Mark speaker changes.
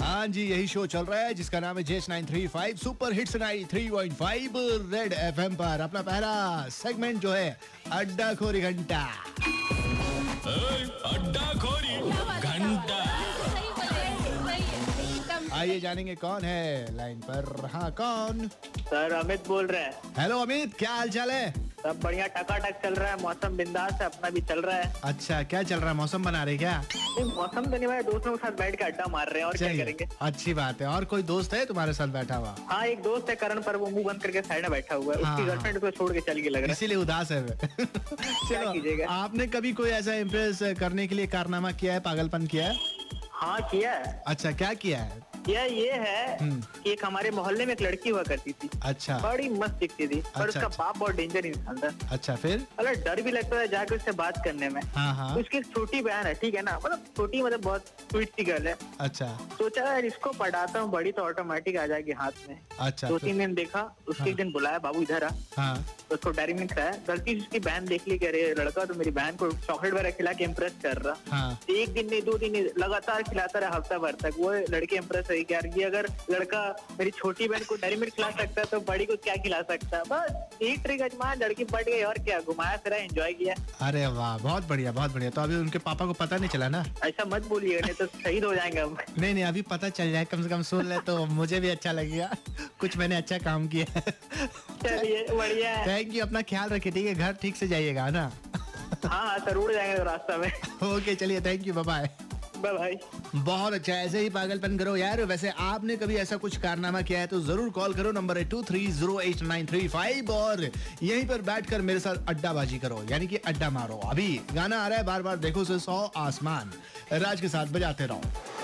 Speaker 1: हाँ जी यही शो चल रहा है जिसका नाम है जेस nine three five super hits nine three point five red F M पर अपना पहला सेगमेंट जो है अड्डा खोरी घंटा
Speaker 2: अड्डा खोरी घंटा
Speaker 3: सही बोले सही है एकदम
Speaker 1: आइए जानेंगे कौन है लाइन पर हाँ कौन
Speaker 4: सर अमित बोल रहे हैं
Speaker 1: हेलो अमित क्या हाल चाल है
Speaker 4: सब बढ़िया टकाटक चल रहा है मौसम बिंदास है अपना भी चल रहा है
Speaker 1: अच्छा क्या चल रहा है मौसम बना रहे क्या
Speaker 4: नहीं मौसम तो नहीं भाई दोस्तों के साथ बैठ के अड्डा मार रहे हैं और क्या
Speaker 1: चलिए,
Speaker 4: करेंगे
Speaker 1: अच्छी बात है और कोई दोस्त है तुम्हारे साथ बैठा हुआ
Speaker 4: हाँ एक दोस्त है करण पर वो मुंह बंद करके साइड में बैठा हुआ है
Speaker 1: हाँ,
Speaker 4: उसकी
Speaker 1: हाँ।
Speaker 4: गर्लफ्रेंड को छोड़ के चल के लग रहा है
Speaker 1: इसीलिए उदास है वे।
Speaker 4: कीजिएगा?
Speaker 1: आपने कभी कोई ऐसा इम्प्रेस करने के लिए कारनामा किया है पागलपन किया है
Speaker 4: हाँ किया है
Speaker 1: अच्छा क्या किया है
Speaker 4: किया ये है
Speaker 1: हम्म।
Speaker 4: कि एक हमारे मोहल्ले में एक लड़की हुआ करती थी
Speaker 1: अच्छा
Speaker 4: बड़ी मस्त दिखती थी पर
Speaker 1: अच्छा,
Speaker 4: उसका
Speaker 1: अच्छा।
Speaker 4: बाप बहुत डेंजर इंसान था
Speaker 1: अच्छा फिर
Speaker 4: मतलब डर भी लगता था जाकर उससे बात करने में
Speaker 1: हाँ हाँ
Speaker 4: उसकी एक छोटी बहन है ठीक है ना मतलब छोटी मतलब बहुत स्वीट सी गर्ल है
Speaker 1: अच्छा
Speaker 4: सोचा यार इसको पढ़ाता हूँ बड़ी तो ऑटोमेटिक आ जाएगी हाथ में
Speaker 1: अच्छा
Speaker 4: दो
Speaker 1: फिर-
Speaker 4: तीन दिन देखा उसके
Speaker 1: हाँ।
Speaker 4: एक दिन बुलाया बाबू इधर आ तो
Speaker 1: हाँ
Speaker 4: उसको डायरी में खाया गलती से उसकी बहन देख ली कह रहे लड़का तो मेरी बहन को चॉकलेट वगैरह खिला के इम्प्रेस कर रहा तो
Speaker 1: हाँ
Speaker 4: एक दिन नहीं दो दिन नहीं लगातार खिलाता रहा हफ्ता भर तक वो लड़के इम्प्रेस हुई कि यार ये अगर लड़का मेरी छोटी बहन को डायरी मिल्क खिला सकता है तो बड़ी को क्या खिला सकता है बस एक ट्रिक अजमा लड़की बढ़ गई और क्या घुमाया फिरा एंजॉय किया
Speaker 1: अरे वाह बहुत बढ़िया बहुत बढ़िया तो अभी उनके पापा को पता नहीं चला ना
Speaker 4: ऐसा मत बोलिएगा नहीं तो शहीद हो जाएंगे हम
Speaker 1: नहीं नहीं अभी पता चल जाए कम से कम सुन ले तो मुझे भी अच्छा लगेगा कुछ मैंने अच्छा काम किया है
Speaker 4: चलिए बढ़िया है
Speaker 1: थैंक यू अपना ख्याल रखिए ठीक है घर ठीक से जाइएगा है ना
Speaker 4: हाँ हाँ सर उड़ जाएंगे रास्ता में
Speaker 1: ओके चलिए थैंक यू बाय
Speaker 4: बाय भाई
Speaker 1: बहुत अच्छा ऐसे ही पागलपन करो यार वैसे आपने कभी ऐसा कुछ कारनामा किया है तो जरूर कॉल करो नंबर है two three zero eight nine three five और यहीं पर बैठकर मेरे साथ अड्डाबाजी करो यानी कि अड्डा मारो अभी गाना आ रहा है बार बार देखो से सौ आसमान राज के साथ बजाते रहो